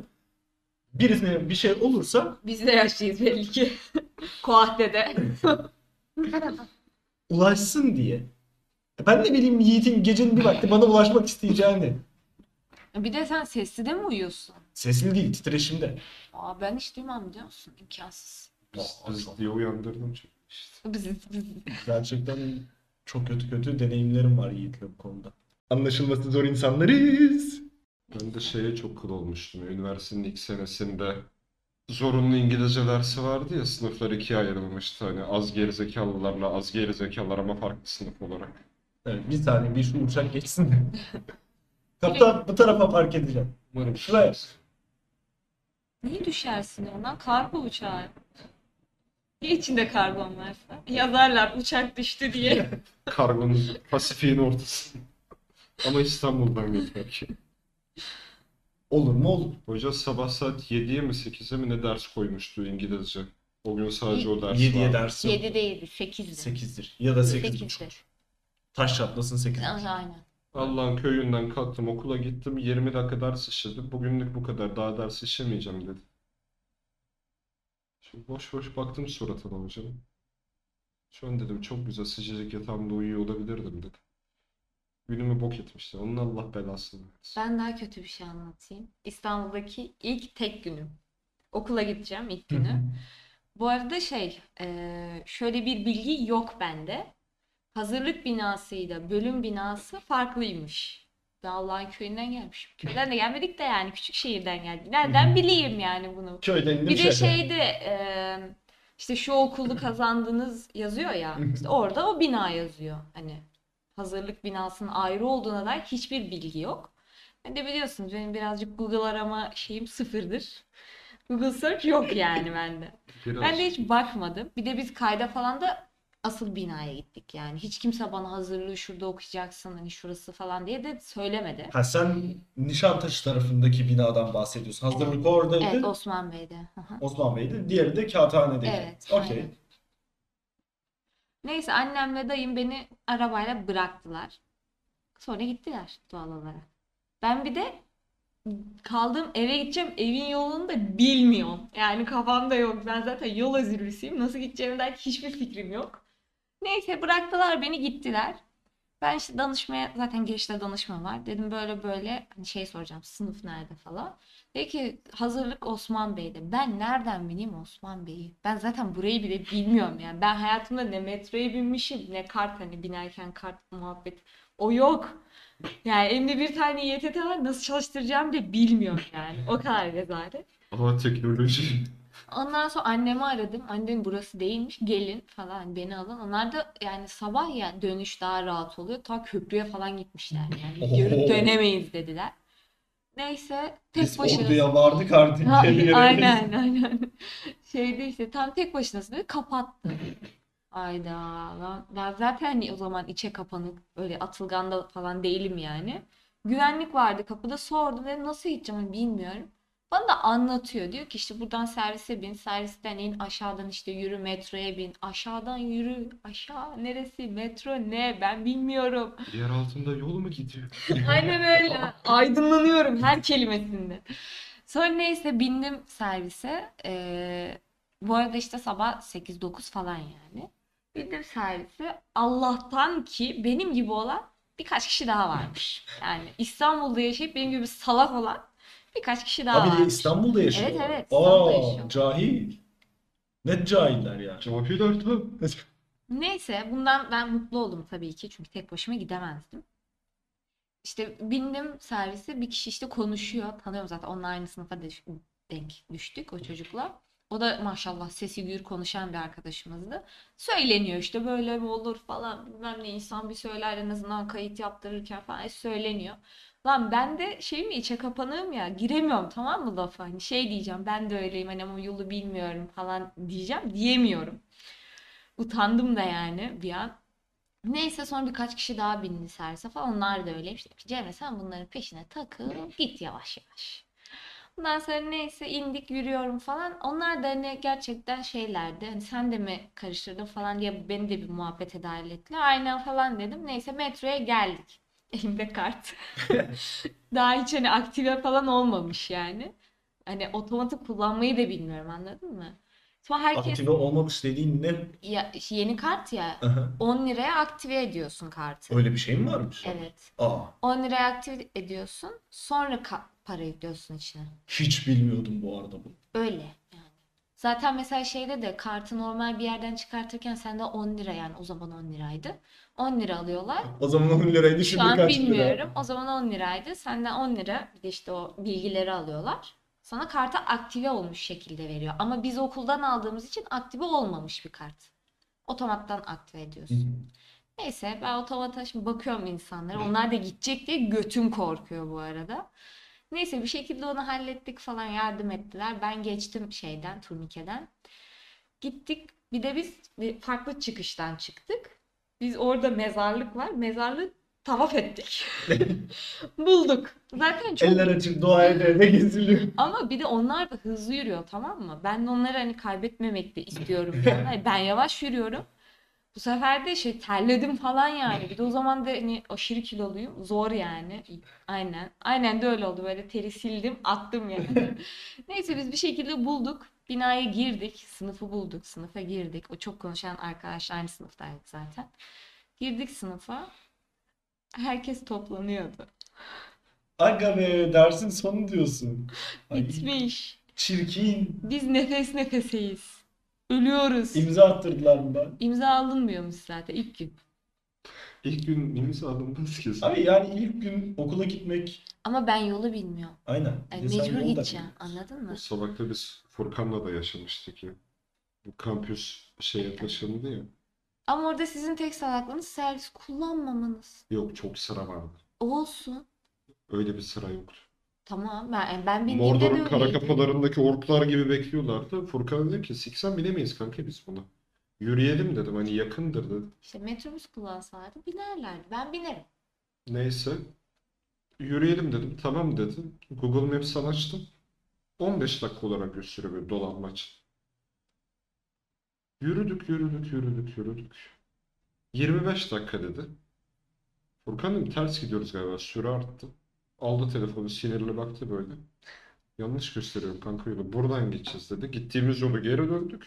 S2: Birisine bir şey olursa
S1: Biz de yaşlıyız belli ki. Koahte de.
S2: ulaşsın diye. E Ben ne bileyim Yiğit'in gecenin bir vakti bana ulaşmak isteyeceğini.
S1: Bir de sen sessizde mi uyuyorsun?
S2: Sesli değil titreşimde.
S1: Aa, ben hiç duymam biliyor musun? İmkansız.
S3: Biz,
S2: Aa, çok-
S3: biz diye uyandırdım. çünkü.
S1: Biz, biz.
S2: Gerçekten çok kötü kötü deneyimlerim var Yiğit'le bu konuda. Anlaşılması zor insanlarız.
S3: Ben de şeye çok kıl olmuştum. Üniversitenin ilk senesinde zorunlu İngilizce dersi vardı ya sınıflar ikiye ayrılmıştı. Hani az gerizekalılarla az gerizekalılar ama farklı sınıf olarak.
S2: Evet, bir saniye bir şu uçak geçsin. Kaptan bu tarafa park edeceğim.
S3: Umarım
S2: Şuraya.
S1: Niye düşersin ondan? Kargo uçağı. Niye içinde karbon varsa? Yazarlar uçak düştü diye.
S3: Kargonuz Pasifik'in ortası. Ama İstanbul'dan gitmek.
S2: Olur mu olur.
S3: Hoca sabah saat 7'ye mi 8'e mi ne ders koymuştu İngilizce. O gün sadece o ders
S2: 7'ye
S3: vardı.
S2: dersi yok.
S1: değildi, 8'di.
S2: 8'dir. Ya da 8
S1: Sekizdir.
S2: buçuktur. Taş çatlasın 8.
S1: Aynen.
S3: Allah'ın köyünden kalktım okula gittim 20 dakika ders işledim. Bugünlük bu kadar daha ders işlemeyeceğim dedi. Şimdi boş boş baktım suratına hocam. Şu an dedim çok güzel sıcacık yatağımda uyuyor olabilirdim dedim. Günümü bok etmişti. Onun Allah belasını versin.
S1: Ben daha kötü bir şey anlatayım. İstanbul'daki ilk tek günüm. Okula gideceğim ilk günü. Bu arada şey, e, şöyle bir bilgi yok bende. Hazırlık binasıyla bölüm binası farklıymış. Ben Allah'ın köyünden gelmişim. Köyden de gelmedik de yani küçük şehirden geldik. Nereden bileyim yani bunu?
S2: Köyden indim
S1: Bir de şey-
S2: şehre.
S1: şeyde e, işte şu okulu kazandınız yazıyor ya.
S2: Hı hı.
S1: işte orada o bina yazıyor. Hani hazırlık binasının ayrı olduğuna dair hiçbir bilgi yok. Ben de biliyorsunuz benim birazcık Google arama şeyim sıfırdır. Google search yok yani bende.
S3: Biraz
S1: Ben de hiç bakmadım. Bir de biz kayda falan da asıl binaya gittik yani. Hiç kimse bana hazırlığı şurada okuyacaksın hani şurası falan diye de söylemedi.
S2: Ha sen Nişantaşı tarafındaki binadan bahsediyorsun. Hazırlık oradaydı.
S1: Evet Osman Bey'de. Hı hı.
S2: Osman Bey'di. Diğeri de Kağıthane'deydi.
S1: Evet,
S2: Okey.
S1: aynen. Neyse annemle dayım beni arabayla bıraktılar. Sonra gittiler doğal olarak. Ben bir de kaldığım eve gideceğim. Evin yolunu da bilmiyorum. Yani kafamda yok. Ben zaten yol hazırlısıyım. Nasıl gideceğime dair hiçbir fikrim yok. Neyse bıraktılar beni gittiler. Ben işte danışmaya zaten girişte danışma var. Dedim böyle böyle hani şey soracağım sınıf nerede falan. Dedi ki hazırlık Osman Bey'de. Ben nereden bileyim Osman Bey'i? Ben zaten burayı bile bilmiyorum yani. Ben hayatımda ne metroya binmişim ne kart hani binerken kart muhabbet. O yok. Yani elimde bir tane YTT var nasıl çalıştıracağım bile bilmiyorum yani. O kadar rezalet.
S3: Aa teknoloji.
S1: Ondan sonra annemi aradım. Annem burası değilmiş. Gelin falan beni alın. Onlar da yani sabah yani dönüş daha rahat oluyor. Ta köprüye falan gitmişler yani.
S2: Oho.
S1: Görüp dönemeyiz dediler. Neyse tek
S2: Biz
S1: başınasın.
S2: orduya vardık artık.
S1: Ha,
S2: Geriye
S1: aynen aynen. Şeyde işte tam tek başınasın dedi kapattı. Ayda lan ben zaten hani o zaman içe kapanık öyle atılgan da falan değilim yani. Güvenlik vardı kapıda sordum dedim nasıl gideceğim Hani bilmiyorum. Bana da anlatıyor diyor ki işte buradan servise bin servisten in aşağıdan işte yürü metroya bin aşağıdan yürü aşağı neresi metro ne ben bilmiyorum.
S3: Yer altında yol mu gidiyor?
S1: Aynen öyle. Aydınlanıyorum her kelimesinde. Sonra neyse bindim servise. Ee, bu arada işte sabah 8-9 falan yani. Bindim servise. Allah'tan ki benim gibi olan birkaç kişi daha varmış. Yani İstanbul'da yaşayıp benim gibi salak olan birkaç kişi daha
S2: Abi
S1: varmış.
S2: İstanbul'da yaşıyor.
S1: Evet, evet, İstanbul'da
S2: Aa,
S1: yaşıyor.
S2: cahil. Ne cahiller ya.
S3: Cahil Ertan.
S1: Neyse bundan ben mutlu oldum tabii ki çünkü tek başıma gidemezdim. İşte bindim servise bir kişi işte konuşuyor. Tanıyorum zaten onunla aynı sınıfa düş- denk düştük o çocukla. O da maşallah sesi gür konuşan bir arkadaşımızdı. Söyleniyor işte böyle mi olur falan bilmem ne insan bir söyler en azından kayıt yaptırırken falan e, söyleniyor. Lan ben de şey mi içe kapanığım ya giremiyorum tamam mı lafa hani şey diyeceğim ben de öyleyim hani ama yolu bilmiyorum falan diyeceğim diyemiyorum. Utandım da yani bir an. Neyse sonra birkaç kişi daha bindi serse falan onlar da öyleymiş. Dedim ki, Cemre sen bunların peşine takıl git yavaş yavaş. Ondan sonra neyse indik yürüyorum falan. Onlar da hani gerçekten şeylerdi. Hani sen de mi karıştırdın falan diye beni de bir muhabbete dahil ettiler. Aynen falan dedim. Neyse metroya geldik. Elimde kart. Daha hiç hani aktive falan olmamış yani. Hani otomatik kullanmayı da bilmiyorum anladın mı? Sonra herkes
S2: Aktive olmamış dediğin ne?
S1: ya, yeni kart ya
S2: Aha,
S1: 10 liraya aktive ediyorsun kartı.
S2: Öyle bir şey mi varmış?
S1: Evet.
S2: Aa,
S1: 10 liraya aktive ediyorsun. Sonra ka- para yüklüyorsun içine.
S2: hiç bilmiyordum bu arada bunu.
S1: Öyle yani. Zaten mesela şeyde de kartı normal bir yerden çıkartırken sende 10 lira yani o zaman 10 liraydı. 10 lira alıyorlar.
S2: O zaman 10 liraydı
S1: Şu
S2: şimdi
S1: an
S2: kaç lira?
S1: bilmiyorum. O zaman 10 liraydı. Senden 10 lira bir de işte o bilgileri alıyorlar. Sana kartı aktive olmuş şekilde veriyor. Ama biz okuldan aldığımız için aktive olmamış bir kart. Otomattan aktive
S2: Hı.
S1: ediyorsun. Neyse ben otomata şimdi bakıyorum insanlara. Onlar da gidecek diye götüm korkuyor bu arada. Neyse bir şekilde onu hallettik falan yardım ettiler. Ben geçtim şeyden turnikeden. Gittik bir de biz bir farklı çıkıştan çıktık. Biz orada mezarlık var. Mezarlığı tavaf ettik. Bulduk. Zaten çok
S2: Eller açık dua ede ede geziliyor.
S1: ama bir de onlar da hızlı yürüyor tamam mı? Ben de onları hani kaybetmemek de istiyorum. falan. Hani ben yavaş yürüyorum. Bu sefer de şey terledim falan yani. Bir de o zaman da hani aşırı kiloluyum. Zor yani. Aynen. Aynen de öyle oldu. Böyle teri sildim, attım yani. Neyse biz bir şekilde bulduk. Binaya girdik. Sınıfı bulduk. Sınıfa girdik. O çok konuşan arkadaş aynı sınıftaydık zaten. Girdik sınıfa. Herkes toplanıyordu.
S2: Aga be dersin sonu diyorsun. Ay,
S1: Bitmiş.
S2: çirkin.
S1: Biz nefes nefeseyiz. Ölüyoruz.
S2: İmza attırdılar mı ben?
S1: İmza alınmıyormuş zaten ilk gün.
S3: İlk gün imza alınmaz kesin.
S2: Abi yani ilk gün okula gitmek
S1: Ama ben yolu bilmiyorum.
S2: aynen.
S1: Yani
S2: Bir de sen
S1: mecbur
S2: yolu da
S1: gideceğim.
S2: bilmiyorsun.
S1: Anladın mı?
S3: O sabahta biz Furkan'la da yaşamıştık ya. Bu kampüs şeye taşındı ya.
S1: Ama orada sizin tek salaklığınız servis kullanmamanız.
S3: Yok çok sıra vardı.
S1: Olsun. Öyle
S3: bir sıra yoktu.
S1: Tamam ben, ben bindiğimde de
S3: Mordor'un kara
S1: öyleydi.
S3: kafalarındaki orklar gibi bekliyorlardı. Furkan dedi ki 80 binemeyiz kanka biz buna. Yürüyelim dedim hani yakındır dedim.
S1: İşte metrobüs kullansalardı binerlerdi. Ben binerim.
S3: Neyse. Yürüyelim dedim. Tamam dedi. Google Maps'ten açtım. 15 dakika olarak gösteriyor böyle dolanmaç. Yürüdük, yürüdük, yürüdük, yürüdük. 25 dakika dedi. Furkan dedim ters gidiyoruz galiba. Süre arttı. Aldı telefonu sinirli baktı böyle. Yanlış gösteriyorum kanka yolu. Buradan geçeceğiz dedi. Gittiğimiz yolu geri döndük.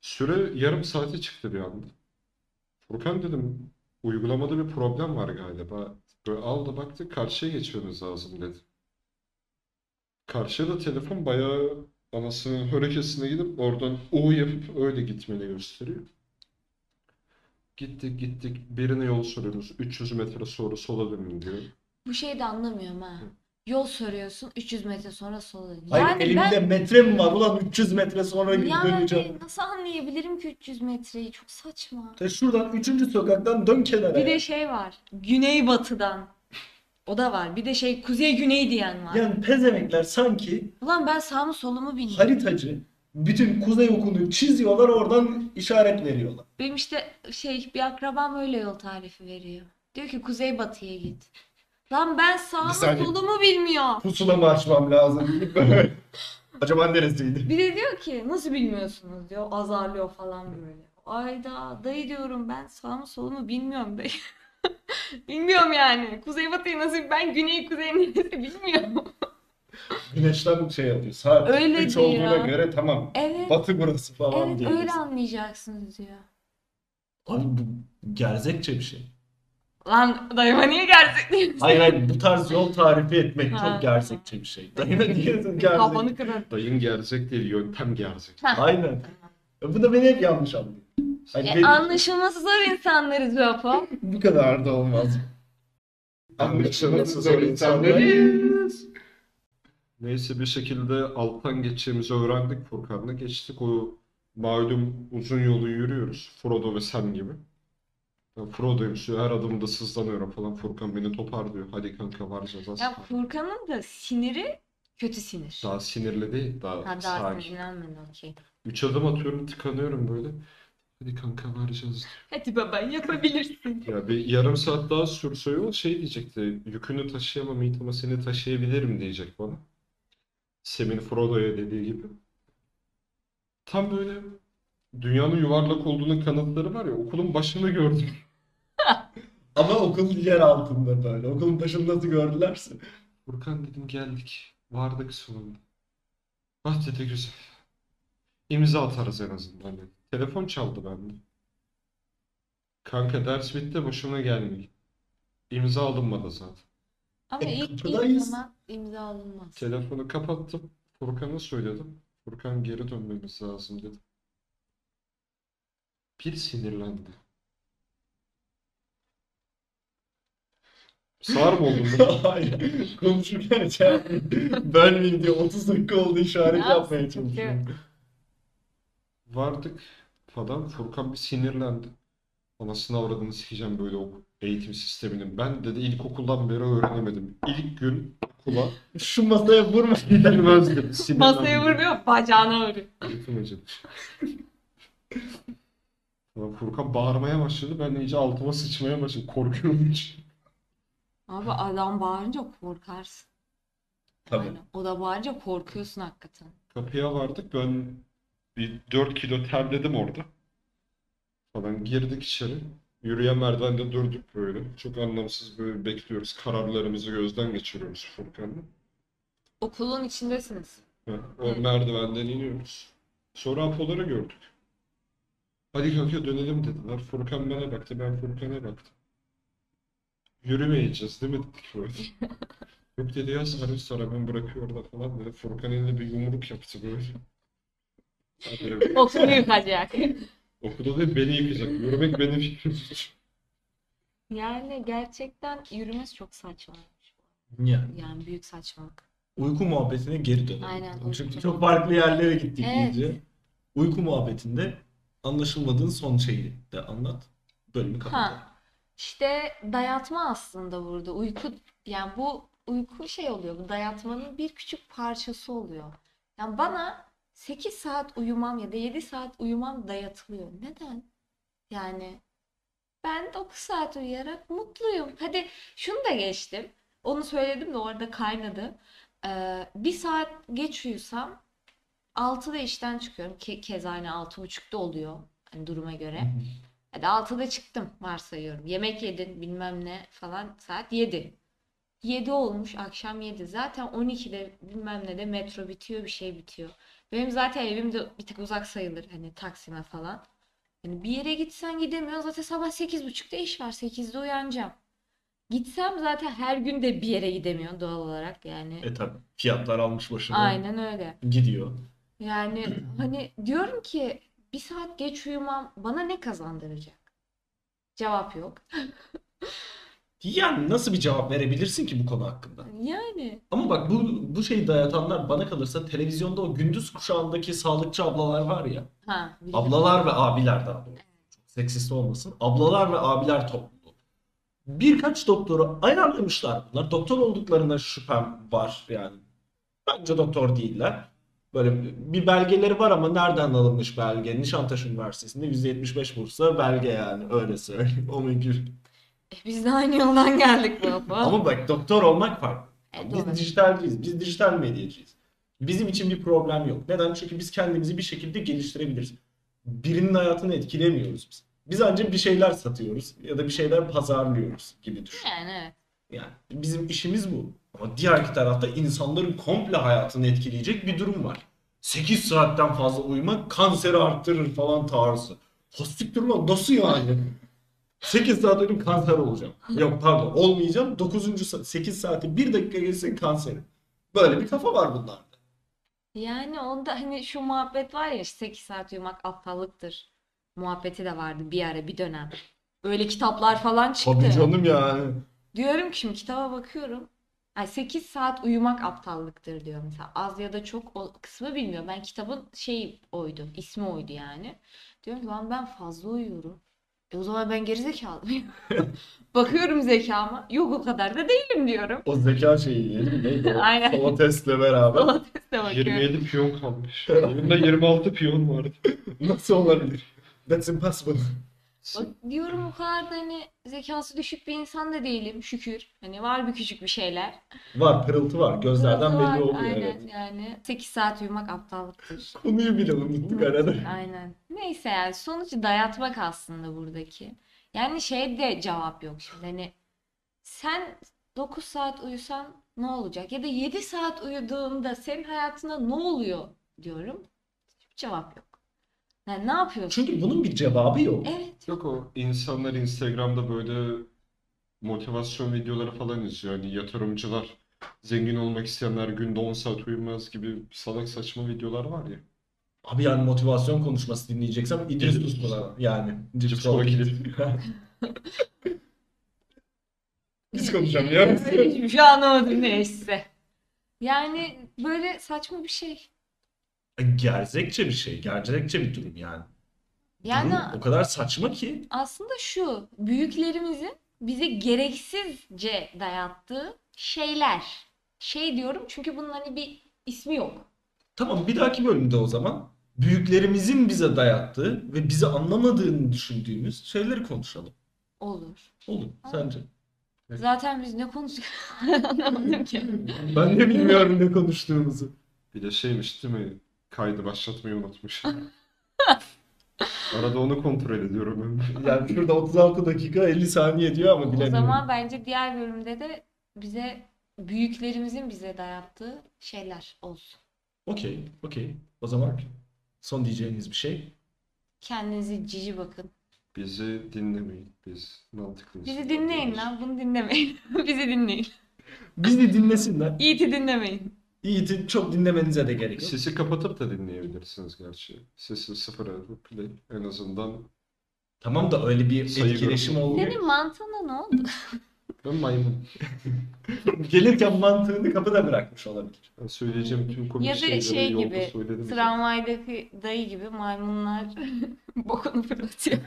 S3: Süre yarım saate çıktı bir anda. Furkan dedim uygulamada bir problem var galiba. Böyle aldı baktı karşıya geçmemiz lazım dedi. Karşıya da telefon bayağı anasının hörekesine gidip oradan U yapıp öyle gitmeni gösteriyor. Gittik gittik birine yol soruyoruz. 300 metre sonra sola dönün diyor.
S1: Bu şeyi de anlamıyorum ha. Yol soruyorsun 300 metre sonra sola. Yani
S2: Hayır
S1: ben
S2: elimde metre mi var ulan 300 metre sonra
S1: yani
S2: döneceğim.
S1: nasıl anlayabilirim ki 300 metreyi? Çok saçma.
S2: Te şuradan 3. sokaktan dön kenara.
S1: Bir de şey var. Güneybatıdan. O da var. Bir de şey kuzey güney diyen var.
S2: Yani pezemekler sanki
S1: Ulan ben sağ mı solumu bilmiyorum.
S2: haritacı bütün kuzey okunu çiziyorlar oradan işaret veriyorlar.
S1: Benim işte şey bir akrabam öyle yol tarifi veriyor. Diyor ki kuzeybatıya git. Lan ben sağ
S2: Bir
S1: mı
S2: saniye.
S1: solumu bilmiyorum.
S2: Pusulamı açmam lazım. Acaba neresiydi?
S1: Bir de diyor ki nasıl bilmiyorsunuz diyor. Azarlıyor falan böyle. Ayda dayı diyorum ben sağ mı solumu bilmiyorum dayı. bilmiyorum yani. Kuzeybatıya nasıl ben güney kuzey neresi bilmiyorum.
S2: Güneşten şey yapıyor. Saat
S1: Öyle
S2: 3
S1: diyor.
S2: olduğuna göre tamam.
S1: Evet.
S2: Batı burası falan
S1: Evet
S2: diye.
S1: öyle anlayacaksınız diyor.
S2: Abi bu gerzekçe bir şey.
S1: Lan dayıma niye gelecek diyorsun?
S2: Hayır hayır bu tarz yol tarifi etmek
S1: Ha.
S2: çok gerzekçe bir şey. Dayına niye sen gerzek?
S1: Kafanı kırarım.
S3: Dayın gerzek değil yöntem gerzek.
S1: Ha.
S2: Aynen. Ya Bu da beni hep yanlış anlıyor. Hani
S1: E,
S2: benim-
S1: anlaşılması zor insanlarız be Apo.
S2: bu kadar da olmaz.
S3: Anlaşılması
S2: Anlaşılması
S3: zor
S2: zor
S3: insanlarız.
S2: insanlarız.
S3: Neyse bir şekilde alttan geçeceğimizi öğrendik Furkan'la. Geçtik o malum uzun yolu yürüyoruz. Frodo ve Sam gibi. Ben Frodo'yum şu her adımda sızlanıyorum falan. Furkan beni toparlıyor. Hadi kanka varacağız az
S1: Ya
S3: kaldı.
S1: Furkan'ın da siniri kötü sinir.
S3: Daha sinirli değil. Daha
S1: Ha daha
S3: sakin.
S1: sinirlenmedi okey.
S3: Üç adım atıyorum tıkanıyorum böyle. Hadi kanka varacağız.
S1: Hadi baba yapabilirsin.
S3: Ya bir yarım saat daha sürse yol şey diyecekti. Yükünü taşıyamam Yiğit ama seni taşıyabilirim diyecek bana. Sam'in Frodo'ya dediği gibi. Tam böyle dünyanın yuvarlak olduğunun kanıtları var ya okulun başını gördüm.
S2: Ama okul yer altında böyle. Okulun başını nasıl gördülerse.
S3: Furkan dedim geldik. Vardık sonunda. Ah dedi güzel. İmza atarız en azından dedi. Telefon çaldı bende. Kanka ders bitti boşuna gelmeyin. İmza alınmadı zaten.
S1: Ama
S2: E,
S1: ilk, ilk
S2: kapıdayız.
S1: zaman imza alınmaz.
S3: Telefonu kapattım. Furkan'a söyledim. Furkan geri dönmemiz lazım dedi. Bir sinirlendi. Sar mı oldun?
S2: Hayır. Konuşurken şey bölmeyeyim diye 30 dakika oldu işaret
S1: Ya,
S2: yapmaya
S1: sıkıntı yok.
S2: çalışıyorum.
S3: Vardık falan. Furkan bir sinirlendi. Anasını avradını sikeceğim böyle o eğitim sisteminin. Ben dedi ilkokuldan beri öğrenemedim. İlk gün okula
S2: Şu masaya vurma.
S3: gidilmezdim.
S1: Masaya
S3: Sinirlendim.
S1: vurmuyor, bacağına vuruyor.
S3: Götüm acıdı. Ulan Furkan bağırmaya başladı. Ben de iyice altıma sıçmaya başladım. Korkuyorum hiç.
S1: Abi adam bağırınca korkarsın.
S2: Tabii.
S1: Aynen. O da bağırınca korkuyorsun hakikaten.
S3: Kapıya vardık. Ben bir 4 kilo terledim orada. Falan girdik içeri. Yürüyen merdivende durduk böyle. Çok anlamsız böyle bekliyoruz. Kararlarımızı gözden geçiriyoruz Furkan'la.
S1: Okulun içindesiniz.
S3: Heh,
S1: Evet.
S3: O merdivenden iniyoruz. Sonra Apoları gördük. Hadi kanka dönelim dediler. Furkan bana baktı, ben Furkan'a baktım. Yürümeyeceğiz değil mi dedik böyle. Yok dedi ya servis var ben bırakıyor orada falan dedi. Furkan elinde bir yumruk yaptı böyle. Hadi be.
S1: Okulu yıkacak.
S3: Okuda da beni yıkacak. Yürümek benim fikrim.
S1: yani gerçekten yürümesi çok saçmalık.
S2: Yani
S1: Yani büyük saçmalık.
S2: uyku muhabbetine geri dönelim.
S1: Aynen.
S2: Çünkü çok farklı yerlere gittik
S1: Evet.
S2: iyice. Uyku muhabbetinde anlaşılmadığın son şeyi de anlat. Bölümü kapatalım.
S1: Ha. İşte dayatma aslında burada. Uyku yani bu uyku şey oluyor. Bu dayatmanın bir küçük parçası oluyor. Yani bana 8 saat uyumam ya da 7 saat uyumam dayatılıyor. Neden? Yani ben 9 saat uyuyarak mutluyum. Hadi şunu da geçtim. Onu söyledim de orada kaynadı. Ee, bir saat geç uyusam 6'da işten çıkıyorum. Ke keza hani 6.30'da oluyor. Hani duruma göre. Hadi 6'da çıktım varsayıyorum. Yemek yedin bilmem ne falan saat 7. 7 olmuş akşam 7. Zaten 12'de bilmem ne de metro bitiyor bir şey bitiyor. Benim zaten evim de bir tık uzak sayılır hani Taksim'e falan. Hani bir yere gitsen gidemiyorsun. Zaten sabah 8.30'da iş var. 8'de uyanacağım. Gitsem zaten her gün de bir yere gidemiyorsun doğal olarak yani.
S2: E tabii fiyatlar almış başını
S1: Aynen öyle.
S2: gidiyor.
S1: Yani hani diyorum ki bir saat geç uyumam bana ne kazandıracak? Cevap yok.
S2: Yani nasıl bir cevap verebilirsin ki bu konu hakkında?
S1: Yani
S2: Ama bak bu bu şeyi dayatanlar bana kalırsa televizyonda o gündüz kuşağındaki sağlıkçı ablalar var ya.
S1: ha biliyorum.
S2: Ablalar ve abiler daha doğrusu. Çok seksist olmasın. Ablalar ve abiler topluluğu. Birkaç doktoru ayarlamışlar bunlar. Doktor olduklarına şüphem var yani. Bence doktor değiller. Böyle bir belgeleri var ama nereden alınmış belge? Nişantaşı Üniversitesi'nde 175 bursa belge yani öyle söyleyeyim. O mümkün.
S1: E, Biz de aynı yoldan geldik baba.
S2: Ama bak doktor olmak farklı.
S1: E,
S2: Biz
S1: doğru.
S2: dijitalciyiz. Biz dijital medyacıyız. Bizim için bir problem yok. Neden? Çünkü biz kendimizi bir şekilde geliştirebiliriz. Birinin hayatını etkilemiyoruz biz. Biz ancak bir şeyler satıyoruz ya da bir şeyler pazarlıyoruz gibi düşün.
S1: Yani evet.
S2: Yani bizim işimiz bu. Ama diğer iki tarafta insanların komple hayatını etkileyecek bir durum var. 8 saatten fazla uyumak kanseri arttırır falan tarzı. Hastiktir lan nasıl yani? 8 saat uyuyup kanser olacağım. Yok pardon olmayacağım. 9. saat 8 saati 1 dakika geçse kanserim. Böyle bir kafa var bunlarda.
S1: Yani onda hani şu muhabbet var ya 8 saat uyumak aptallıktır. Muhabbeti de vardı bir ara bir dönem. Öyle kitaplar falan çıktı.
S2: yani.
S1: Diyorum ki şimdi kitaba bakıyorum. Yani 8 saat uyumak aptallıktır diyor mesela. Az ya da çok o kısmı bilmiyor. Ben kitabın şey oydu, ismi oydu yani. Diyorum ki ben, ben fazla uyuyorum. E o zaman ben gerizekalı mıyım? Bakıyorum zekama. Yok o kadar da değilim diyorum.
S2: O zeka şeyi neydi o?
S1: Aynen.
S2: Solo testle beraber.
S1: Sola teste bakıyorum.
S3: 27 piyon kalmış. Oyunda 26 piyon vardı.
S2: Nasıl olabilir? That's impossible.
S1: Bak, diyorum o kadar da hani zekası düşük bir insan da değilim şükür. Hani var bir küçük bir şeyler.
S2: Var pırıltı var. Gözlerden
S1: Burası var,
S2: belli oluyor
S1: aynen
S2: evet.
S1: yani. 8 saat uyumak aptallıktır.
S2: Konuyu bile unuttuk arada.
S1: Aynen. Neyse yani sonucu dayatmak aslında buradaki. Yani şey de cevap yok şimdi hani sen 9 saat uyusan ne olacak? Ya da 7 saat uyuduğunda senin hayatında ne oluyor diyorum. Hiçbir cevap yok. Yani ne yapıyorsun?
S2: Çünkü bunun bir cevabı yok.
S1: Evet.
S3: Yok o insanlar Instagram'da böyle motivasyon videoları falan izliyor. Hani yatırımcılar, zengin olmak isteyenler günde 10 saat uyumaz gibi salak saçma videolar var ya.
S2: Abi yani motivasyon konuşması dinleyeceksem İdris
S3: İdris
S2: Uslu'na yani. İdris
S3: Cips kola
S2: Uslu.
S3: kilit.
S2: Biz konuşalım ya.
S1: Hiçbir şey anlamadım neyse. Yani böyle saçma bir şey.
S2: Gerçekçe E, bir şey. Gerçekçe bir durum yani.
S1: Yani
S2: Durum o kadar saçma ki.
S1: aslında şu büyüklerimizin bize gereksizce dayattığı şeyler. Şey diyorum çünkü bunun hani bir ismi yok.
S2: Tamam bir dahaki bölümde o zaman büyüklerimizin bize dayattığı ve bizi anlamadığını düşündüğümüz şeyleri konuşalım.
S1: Olur.
S2: Olur sence?
S1: Zaten biz ne konuştuk anlamadım ki.
S2: Ben de bilmiyorum ne konuştuğumuzu.
S3: Bir de şeymiş değil mi? Kaydı başlatmayı unutmuş. Arada onu kontrol ediyorum.
S2: Yani şurada 36 dakika 50 saniye diyor ama
S1: O
S2: bilemiyorum.
S1: zaman bence diğer bölümde de bize büyüklerimizin bize dayattığı şeyler olsun.
S2: Okey, okey. O zaman son diyeceğiniz bir şey.
S1: Kendinize cici bakın.
S3: Bizi dinlemeyin. Biz mantıklı
S1: Bizi
S3: insanlar
S1: dinleyin
S3: değiliz.
S1: lan bunu dinlemeyin. Bizi dinleyin.
S2: Bizi dinlesinler.
S1: İyiti dinlemeyin.
S2: Yiğit'i çok dinlemenize de gerek yok.
S3: Sesi kapatıp da dinleyebilirsiniz gerçi. Sesi sıfır alıp play. En azından
S2: Tamam da öyle bir
S3: Sayı
S2: etkileşim
S3: görüyorum.
S2: olmuyor.
S1: Senin mantığına ne oldu?
S3: ben maymun.
S2: Gelirken mantığını kapıda bırakmış olabilir.
S3: Ben söyleyeceğim tüm komik
S1: Ya da
S3: şeyleri
S1: şey
S3: yolda
S1: gibi,
S3: söyledim.
S1: Tramvaydaki dayı gibi maymunlar bokunu fırlatıyor.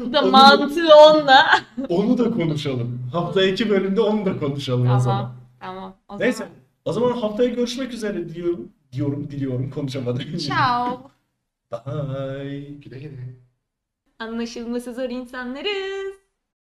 S1: Bu da
S2: Onu-
S1: mantığı onunla.
S2: Onu da konuşalım. Haftaya iki bölümde onu da konuşalım o zaman.
S1: Tamam. Tamam. O
S2: Neyse. O zaman haftaya görüşmek üzere diyorum. Diyorum, diliyorum.
S1: zaman.
S2: Konuşamadım.
S1: Ciao.
S2: Bye.
S3: Güle güle.
S1: Anlaşılması zor insanlarız.